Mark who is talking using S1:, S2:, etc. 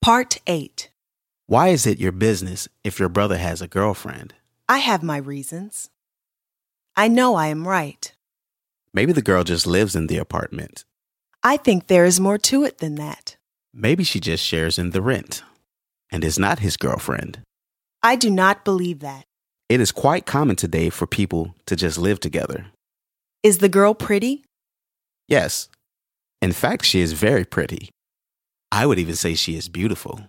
S1: Part 8
S2: Why is it your business if your brother has a girlfriend?
S1: I have my reasons. I know I am right.
S2: Maybe the girl just lives in the apartment.
S1: I think there is more to it than that.
S2: Maybe she just shares in the rent and is not his girlfriend.
S1: I do not believe that.
S2: It is quite common today for people to just live together.
S1: Is the girl pretty?
S2: Yes. In fact, she is very pretty. I would even say she is beautiful.